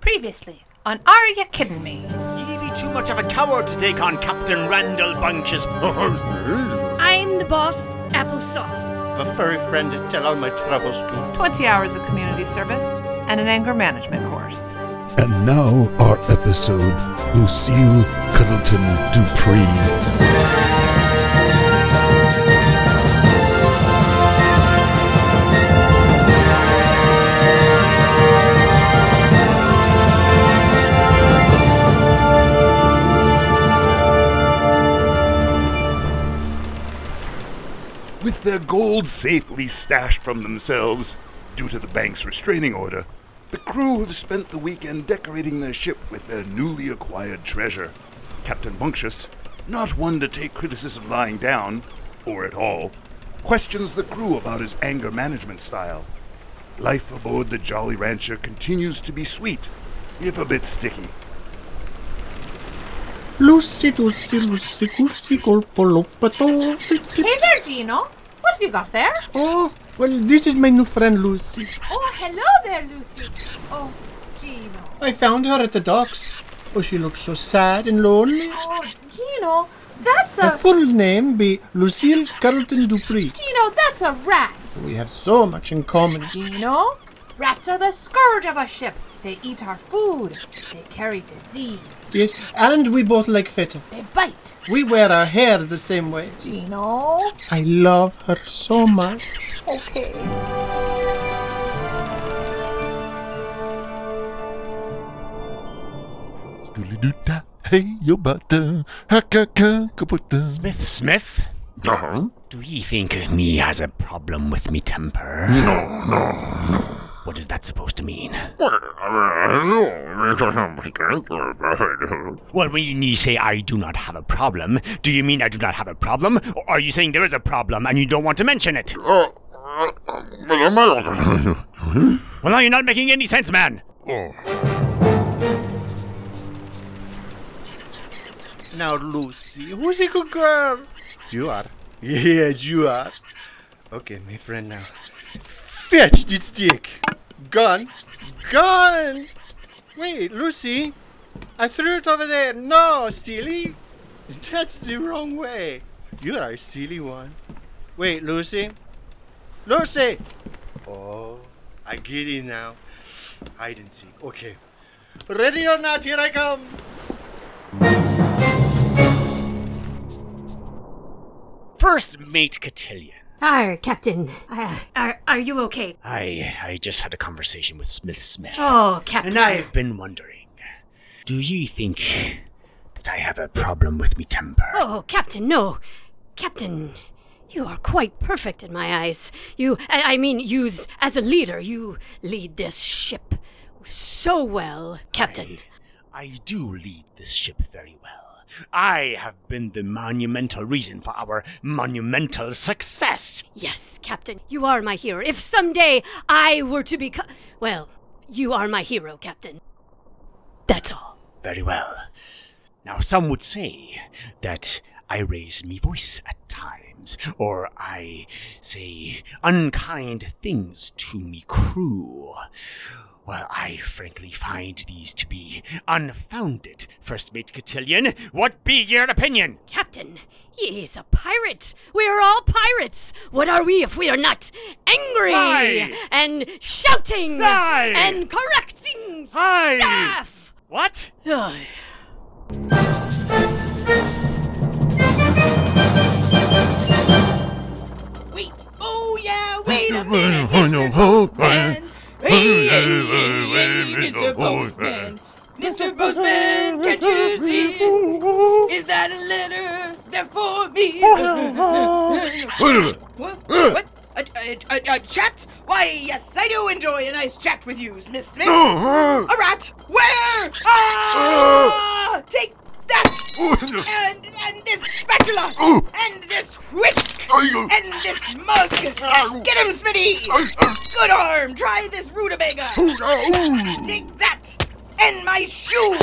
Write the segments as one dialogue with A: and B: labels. A: Previously on Are You Kidding Me?
B: Ye be too much of a coward to take on Captain Randall Bunches.
C: I'm the boss, applesauce.
D: A furry friend to tell all my troubles to.
E: 20 hours of community service, and an anger management course.
F: And now our episode, Lucille Cuddleton Dupree.
G: With their gold safely stashed from themselves, due to the bank's restraining order, the crew have spent the weekend decorating their ship with their newly acquired treasure. Captain Bunctious, not one to take criticism lying down, or at all, questions the crew about his anger management style. Life aboard the Jolly Rancher continues to be sweet, if a bit sticky.
D: Lucy, Lucy, Lucy, Goosey, Corpo, Lopato.
A: Hey there, Gino. What have you got there?
D: Oh, well, this is my new friend Lucy.
A: Oh, hello there, Lucy. Oh, Gino.
D: I found her at the docks. Oh, she looks so sad and lonely.
A: Oh, Gino, that's
D: Her full name be Lucille Carlton Dupree.
A: Gino, that's a rat.
D: We have so much in common.
A: Gino, rats are the scourge of a ship. They eat our food. They carry disease.
D: Yes, and we both like feta.
A: They bite.
D: We wear our hair the same way.
A: Gino.
D: I love her so much.
A: Okay.
F: Doodly-doo-da, Hey, yo, butter. Hakaka, kaputta.
B: Smith, Smith,
H: Uh-huh.
B: do ye think me has a problem with me temper?
H: No, no.
B: What is that supposed to mean?
H: Well, I know. It's a
B: Well, when ye say I do not have a problem, do you mean I do not have a problem, or are you saying there is a problem and you don't want to mention it?
H: Oh, uh, uh,
B: Well, now you're not making any sense, man.
H: Oh.
D: Now, Lucy, who's a good girl? You are. Yes, you are. Okay, my friend now. Fetch the stick. Gun. Gun! Wait, Lucy. I threw it over there. No, silly. That's the wrong way. You are a silly one. Wait, Lucy. Lucy! Oh, I get it now. Hide and seek. Okay. Ready or not, here I come.
B: First mate Cotillion.
C: Arr, Captain. Uh, are, are you okay?
B: I I just had a conversation with Smith Smith.
C: Oh, Captain.
B: And I've been wondering, do ye think that I have a problem with me temper?
C: Oh, Captain, no. Captain, you are quite perfect in my eyes. You, I, I mean, use as a leader, you lead this ship so well, Captain.
B: I do lead this ship very well. I have been the monumental reason for our monumental success.
C: Yes, Captain, you are my hero. If someday I were to become. Well, you are my hero, Captain. That's all.
B: Very well. Now, some would say that I raise me voice at times, or I say unkind things to me crew. Well, I frankly find these to be unfounded, First Mate Cotillion. What be your opinion?
C: Captain, he is a pirate. We are all pirates. What are we if we are not angry
B: Aye.
C: and shouting
B: Aye.
C: and correcting
B: Aye.
C: staff?
B: What?
C: Aye.
A: Wait. Oh, yeah, wait a minute, Mr. Postman. Hey, Mr. Postman. Mr. Postman, can't you see? Is that a letter there for me? what? What? A, a, a, a chat? Why, yes, I do enjoy a nice chat with you, Miss Smith. A rat? Where? Ah! Take that! and, and this spatula! and this whisk! and this mug! Get him, Smitty! Good arm! Try this rutabaga! Take that! And my shoe!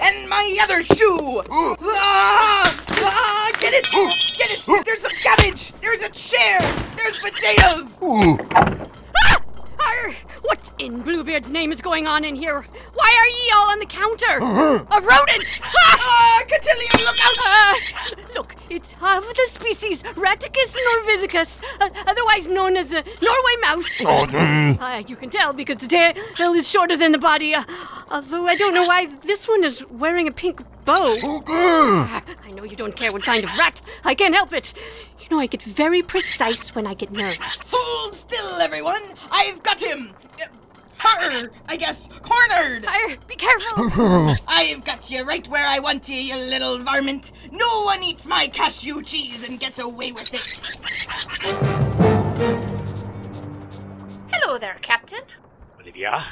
A: And my other shoe! Ah! Ah! Get it! Get it! There's some uh, cabbage! There's a chair! There's potatoes!
C: Ah! Arr, what? in Bluebeard's name is going on in here? Why are ye all on the counter? A rodent!
A: Ah, Cotillion, look out!
C: Ah, look, it's of the species Raticus norvidicus, uh, otherwise known as a Norway mouse. Uh, you can tell because the tail is shorter than the body, uh, although I don't know why this one is wearing a pink bow. Ah, I know you don't care what kind of rat. I can't help it. You know, I get very precise when I get nervous.
A: Hold still, everyone! I've got him! Uh, Her, I guess, cornered!
C: Fire, be careful.
A: I've got you right where I want you, you little varmint! No one eats my cashew cheese and gets away with it!
I: Hello there, Captain.
B: Olivia,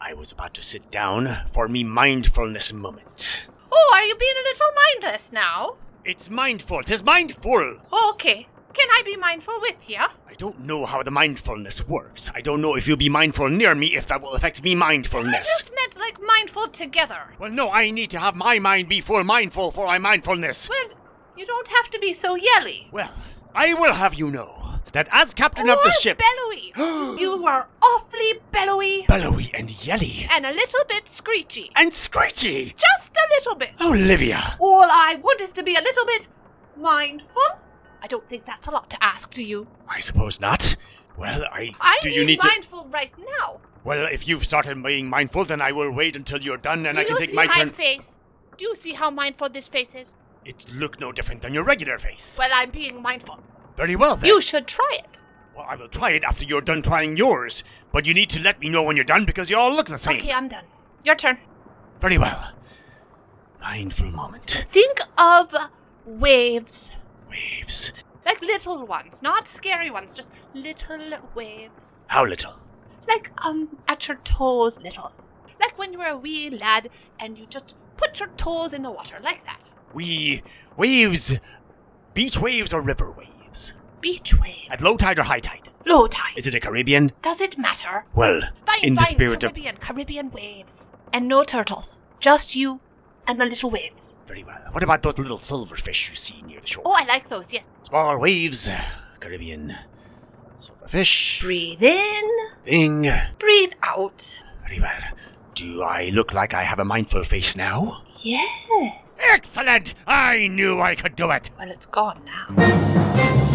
B: I was about to sit down for me mindfulness moment.
I: Oh, are you being a little mindless now?
B: It's mindful, tis mindful!
I: Okay. Can I be mindful with you?
B: I don't know how the mindfulness works. I don't know if you'll be mindful near me if that will affect me
I: I
B: mindfulness.
I: just meant like mindful together.
B: Well, no, I need to have my mind be full mindful for my mindfulness.
I: Well, you don't have to be so yelly.
B: Well, I will have you know that as captain of the
I: Or
B: ship,
I: bellowy. you were awfully bellowy
B: bellowy and yelly
I: and a little bit screechy.
B: and screechy.
I: Just a little bit.
B: Olivia,
I: All I want is to be a little bit mindful. I don't think that's a lot to ask, do you?
B: I suppose not. Well, I,
I: I
B: do you
I: need
B: need to?
I: mindful right now.
B: Well, if you've started being mindful, then I will wait until you're done and
I: do
B: I can
I: you
B: take
I: see
B: my
I: my
B: turn.
I: face? Do you see how mindful this face is?
B: It look no different than your regular face.
I: Well, I'm being mindful.
B: Very well then.
I: You should try it.
B: well, I will try it after you're done trying yours, but you need to let me know when you're done because you all look the same.
I: Okay, I'm done. Your turn.
B: Very well. Mindful moment.
I: Think of waves.
B: Waves.
I: Like little ones, not scary ones, just little waves.
B: How little?
I: Like, um, at your toes, little. Like when you were a wee lad and you just put your toes in the water, like that.
B: We waves, beach waves or river waves?
I: Beach wave.
B: At low tide or high tide?
I: Low tide.
B: Is it a Caribbean?
I: Does it matter?
B: Well,
I: Fine,
B: in the
I: fine,
B: spirit of
I: Caribbean, Caribbean waves. And no turtles. Just you and the little waves.
B: very well. What about those little silverfish you see near the shore?
I: Oh, I like those, yes.
B: Small waves, Caribbean, silverfish,
I: Breathe in,
B: thing.
I: breathe out.
B: Very well. Do I look like I have a mindful face now?
I: Yes.
B: Excellent! I knew I could do it.
I: Well, it's gone now.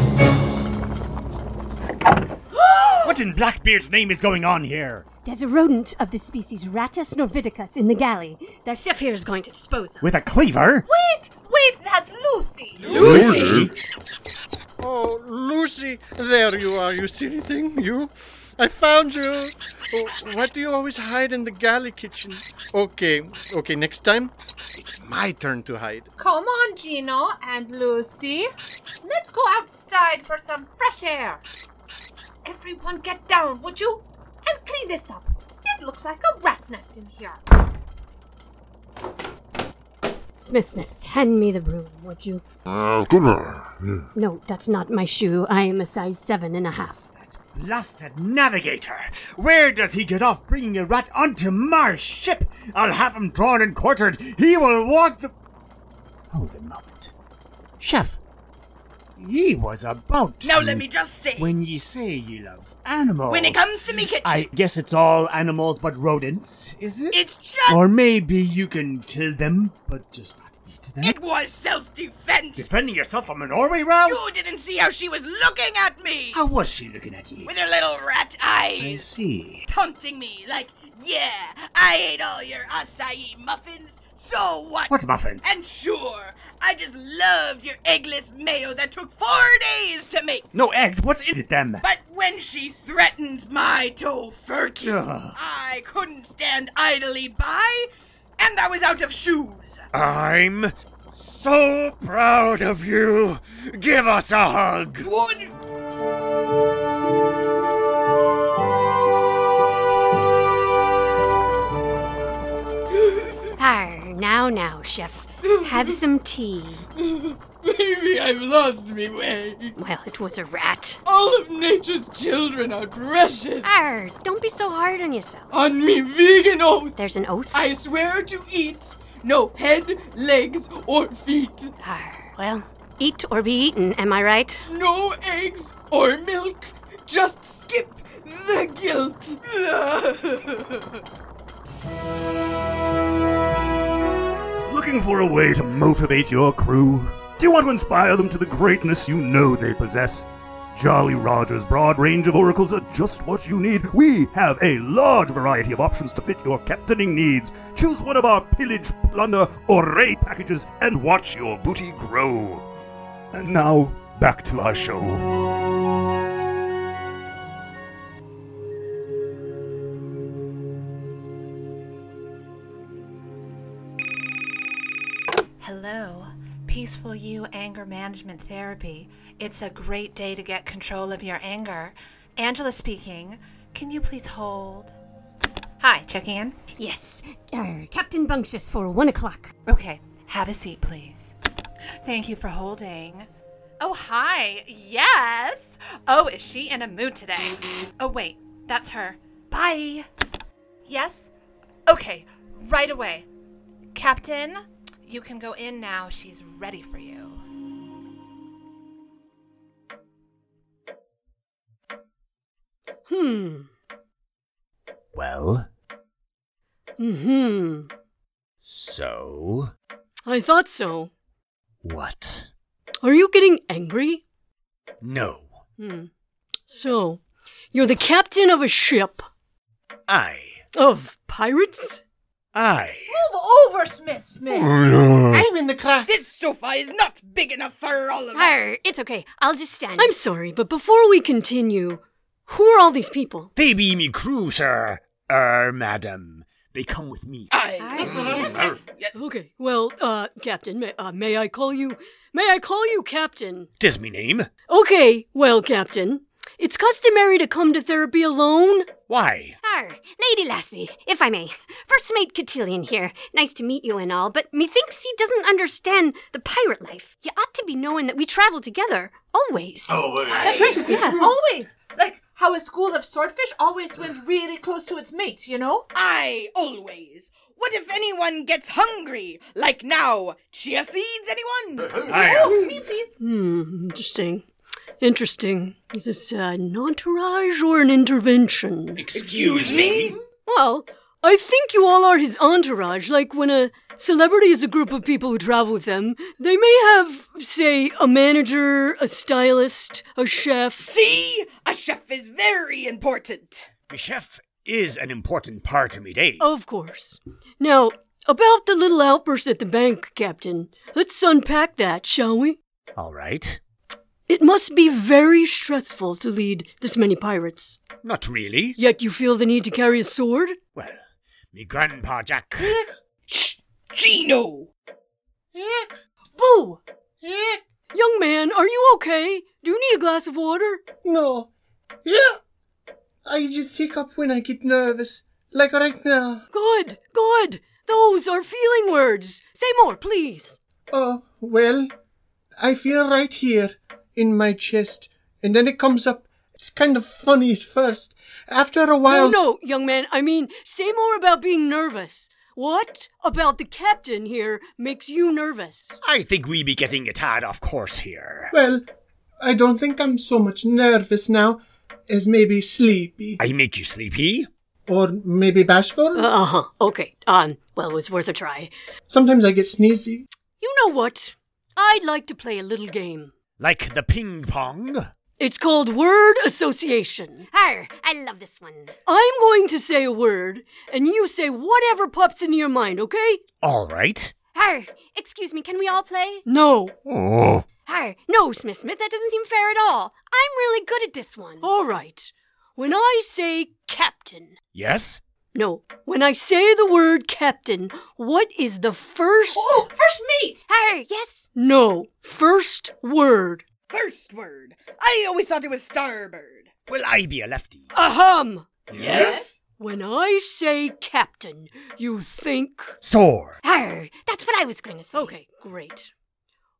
B: What in Blackbeard's name is going on here?
C: There's a rodent of the species Rattus norvidicus in the galley. The chef here is going to dispose of.
B: With a cleaver?
I: Wait, wait, that's Lucy.
H: Lucy?
D: Oh, Lucy, there you are. You silly thing, you. I found you. Oh, what do you always hide in the galley kitchen? Okay, okay. Next time, it's my turn to hide.
I: Come on, Gino and Lucy. Let's go outside for some fresh air. Everyone get down, would you? And clean this up. It looks like a rat's nest in here.
C: Smith Smith, hand me the broom, would you?
H: Uh, good one.
C: No, that's not my shoe. I am a size seven and a half.
B: Blasted navigator! Where does he get off bringing a rat onto my ship? I'll have him drawn and quartered. He will walk the. Hold a moment, chef. Ye was about to.
A: Now let me just say, when,
B: When ye say ye loves animals,
A: it comes to me kitchen,
B: I guess it's all animals but rodents, is it?
A: it's just,
B: Or maybe you can kill them, but just not eat them.
A: it was self-defense!
B: Defending yourself from an Norway rouse?
A: You didn't see how she was looking at me!
B: How was she looking at you?
A: With her little rat
B: I
A: eyes,
B: see.
A: taunting me like, yeah, I ate all your acai muffins, so what?
B: What muffins?
A: And sure, I just loved your eggless mayo that took four days to make.
B: no eggs. What's in it then?
A: But when she threatened my tofurkey, I couldn't stand idly by, and I was out of shoes.
B: I'm so proud of you. Give us a hug.
A: Would
C: Arr, now, now, chef. Have some tea.
A: maybe I've lost me way.
C: Well, it was a rat.
A: All of nature's children are precious.
C: Arr, don't be so hard on yourself.
A: On me vegan oath,
C: There's an oath.
A: I swear to eat no head, legs, or feet,
C: Arr, well, eat or be eaten, am I right?
A: no eggs or milk. Just skip, The guilt.
G: Looking for a way to motivate your crew? Do you want to inspire them to the greatness you know they possess? Jolly Roger's broad range of oracles are just what you need. We have a large variety of options to fit your captaining needs. Choose one of our pillage, plunder, or raid packages and watch your booty grow. And now, back to our show.
E: Hello, Peaceful You Anger Management Therapy. It's a great day to get control of your anger. Angela speaking. Can you please hold? Hi, checking in.
C: Yes, er, Captain Bunctious for one o'clock.
E: Okay, have a seat, please. Thank you for holding. Oh, hi. Yes. Oh, is she in a mood today? Oh, wait, that's her. Bye. Yes? Okay, right away. Captain, you can go in now. She's ready for you.
C: Hmm.
B: Well,
C: Hmm.
B: so
C: I thought so.
B: what?
C: Are you getting angry?
B: No,
C: Hmm. So, you're the captain of a ship
B: I,
C: of pirates?
B: I.
I: Move over, Smith Smith.
G: Oh,
F: I'm
A: I'm in the crack. This sofa is not big enough for all of us.
C: Er, it's okay. I'll just stand. I'm sorry, but before we continue, who are all these people?
B: They be me crew, sir. Er, madam. They come with me. Ah,
A: I. Yes.
C: Okay. Well, uh, Captain, may, uh, may I call you? May I call you Captain?
B: Tis me name.
C: Okay. Well, Captain, it's customary to come to therapy alone.
B: Why?
C: Arr, Lady Lassie, if I may. First mate Cotillion here. Nice to meet you and all, but methinks he doesn't understand the pirate life. You ought to be knowing that we travel together, always.
A: Oh,
I: That's right.
C: Yeah.
I: Always. Like how a school of swordfish always swims really close to its mates, you know?
A: I always. What if anyone gets hungry? Like now, chia seeds, anyone?
B: I.
I: Me, please.
C: Hmm, interesting. Interesting. Is this uh, an entourage or an intervention?
B: Excuse me?
C: Well, I think you all are his entourage. Like when a celebrity is a group of people who travel with them, they may have, say, a manager, a stylist, a chef.
A: See? A chef is very important.
B: Me chef is an important part of me day.
C: Of course. Now, about the little outburst at the bank, Captain, let's unpack that, shall we?
B: All right.
C: It must be very stressful to lead this many pirates.
B: Not really.
C: Yet you feel the need to carry a sword?
B: Well, me grandpa Jack.
A: Shh! Gino!
I: Boo.
C: Young man, are you okay? Do you need a glass of water?
J: No. Yeah. I just hiccup when I get nervous. Like right now.
C: Good, good. Those are feeling words. Say more, please.
J: Oh, well. I feel right here in my chest. And then it comes up. It's kind of funny at first. After a
C: No,
J: while.
C: no, young man. I mean, say more about being nervous. What about the captain here makes you nervous?
B: I think we be getting a tad off course here.
J: Well, I don't think I'm so much nervous now as maybe sleepy.
B: I make you sleepy?
J: Or maybe bashful.
C: Uh huh. Okay. Um. Well, it was worth a try.
J: Sometimes I get sneezy.
C: You know what? I'd like to play a little game.
B: Like the ping pong?
C: It's called word association.
E: Her. I love this one.
C: I'm going to say a word, and you say whatever pops into your mind. Okay?
B: All right.
E: Her. Excuse me, can we all play?
C: No.
B: Oh.
E: Her. No, Smith Smith, that doesn't seem fair at all. I'm really good at this one.
C: All right. When I say captain,
B: Yes?
C: no. When I say the word captain, what is the first?
I: Oh, first mate.
E: Her. Yes.
C: No. First word.
A: First word. I always thought it was starboard.
B: Will I be a lefty?
C: Ahem.
A: Yes?
C: When I say captain, you think.
B: Sword.
E: Her. That's what I was going to say.
C: Okay, great.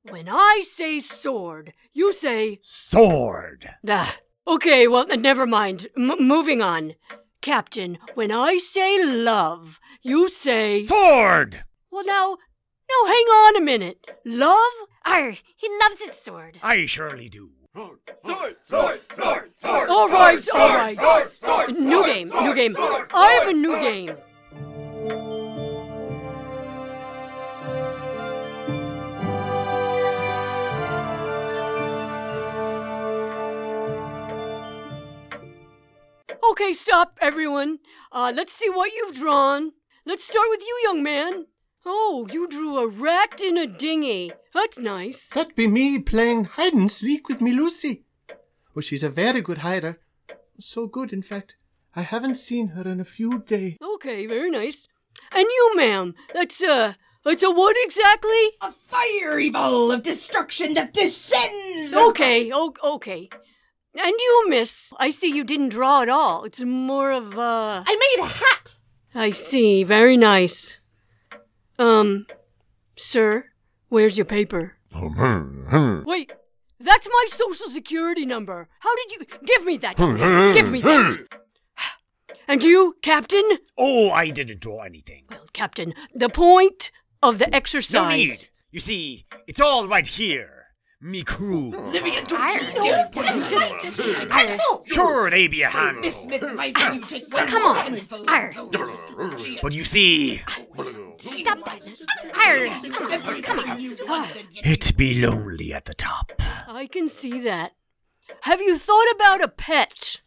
C: When I say sword, you say.
B: Sword.
C: Ah, okay, well, uh, never mind. M- moving on. Captain, when I say love, you say.
B: Sword.
C: well, now, now hang on a minute. Love?
E: Arr, he loves his sword.
B: I surely do.
A: Sword, sword, sword, sword.
C: All right,
A: sword,
C: all
A: sword,
C: right.
A: Sword, sword,
C: new
A: sword,
C: game, new
A: sword,
C: game.
A: sword,
C: I have a
A: sword,
C: new
A: sword.
C: game. Okay, stop, everyone. Uh, let's see what you've drawn. Let's start with you, young man. Oh, you drew a rat in a dinghy. That's nice.
J: That be me playing hide and seek with me Lucy. Oh, she's a very good hider. So good, in fact, I haven't seen her in a few days.
C: Okay, very nice. And you, ma'am, that's a that's a what exactly?
A: A fiery ball of destruction that descends.
C: Okay, o- okay. And you, miss, I see you didn't draw at all. It's more of a.
I: I made a hat.
C: I see. Very nice. Um, sir, where's your paper? Wait, that's my social security number. How did you give me that? give me that. And you, Captain?
B: Oh, I didn't draw anything.
C: Captain, the point of the exercise.
B: No need. You see, it's all right here. Me crew.
A: Olivia, don't you dare put
C: I'm
A: the
C: just-
A: knife to me. I'm told you.
B: Sure, they be a handle.
A: Miss Smith advising you take one
C: Come
A: more
C: on.
A: handful of
C: Arr.
A: those.
B: But you see,
C: Stop that. Arr, come on, come on.
A: Everything you wanted, you
B: it be lonely at the top.
C: I can see that. Have you thought about a pet?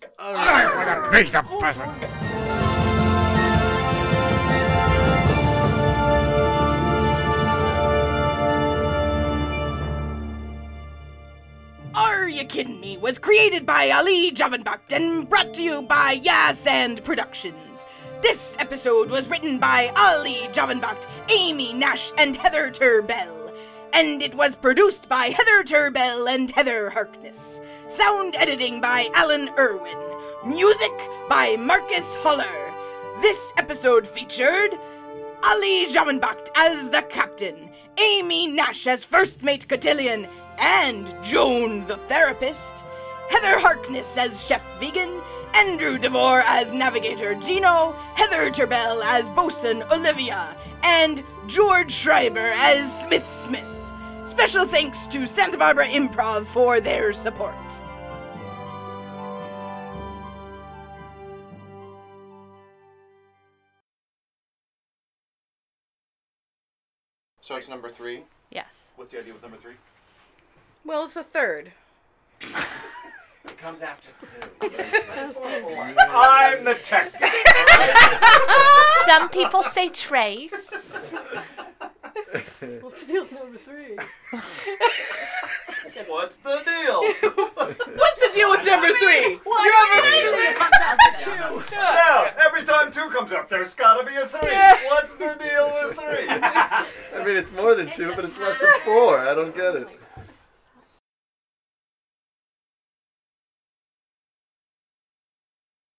A: Are You Kidding Me was created by Ali Javanbacht and brought to you by Yes and Productions. This episode was written by Ali Javanbacht, Amy Nash, and Heather Turbell. And it was produced by Heather Turbell and Heather Harkness. Sound editing by Alan Irwin. Music by Marcus Holler. This episode featured Ali Jamanbacht as the captain, Amy Nash as first mate Cotillion, and Joan the therapist, Heather Harkness as chef vegan, Andrew DeVore as navigator Gino, Heather Turbell as bosun Olivia, and George Schreiber as Smith Smith. Special thanks to Santa Barbara Improv for their support.
K: So it's number three.
L: Yes.
K: What's the idea with number three?
L: Well, it's the third.
K: It comes after two. I'm the tech.
L: Some people say trace.
C: What's deal number three?
K: What's the deal?
L: What's the deal with number three?
K: Now, every time two comes up, there's gotta be a three. What's the deal with three?
D: I mean, it's more than two, but it's less than four. I don't get it.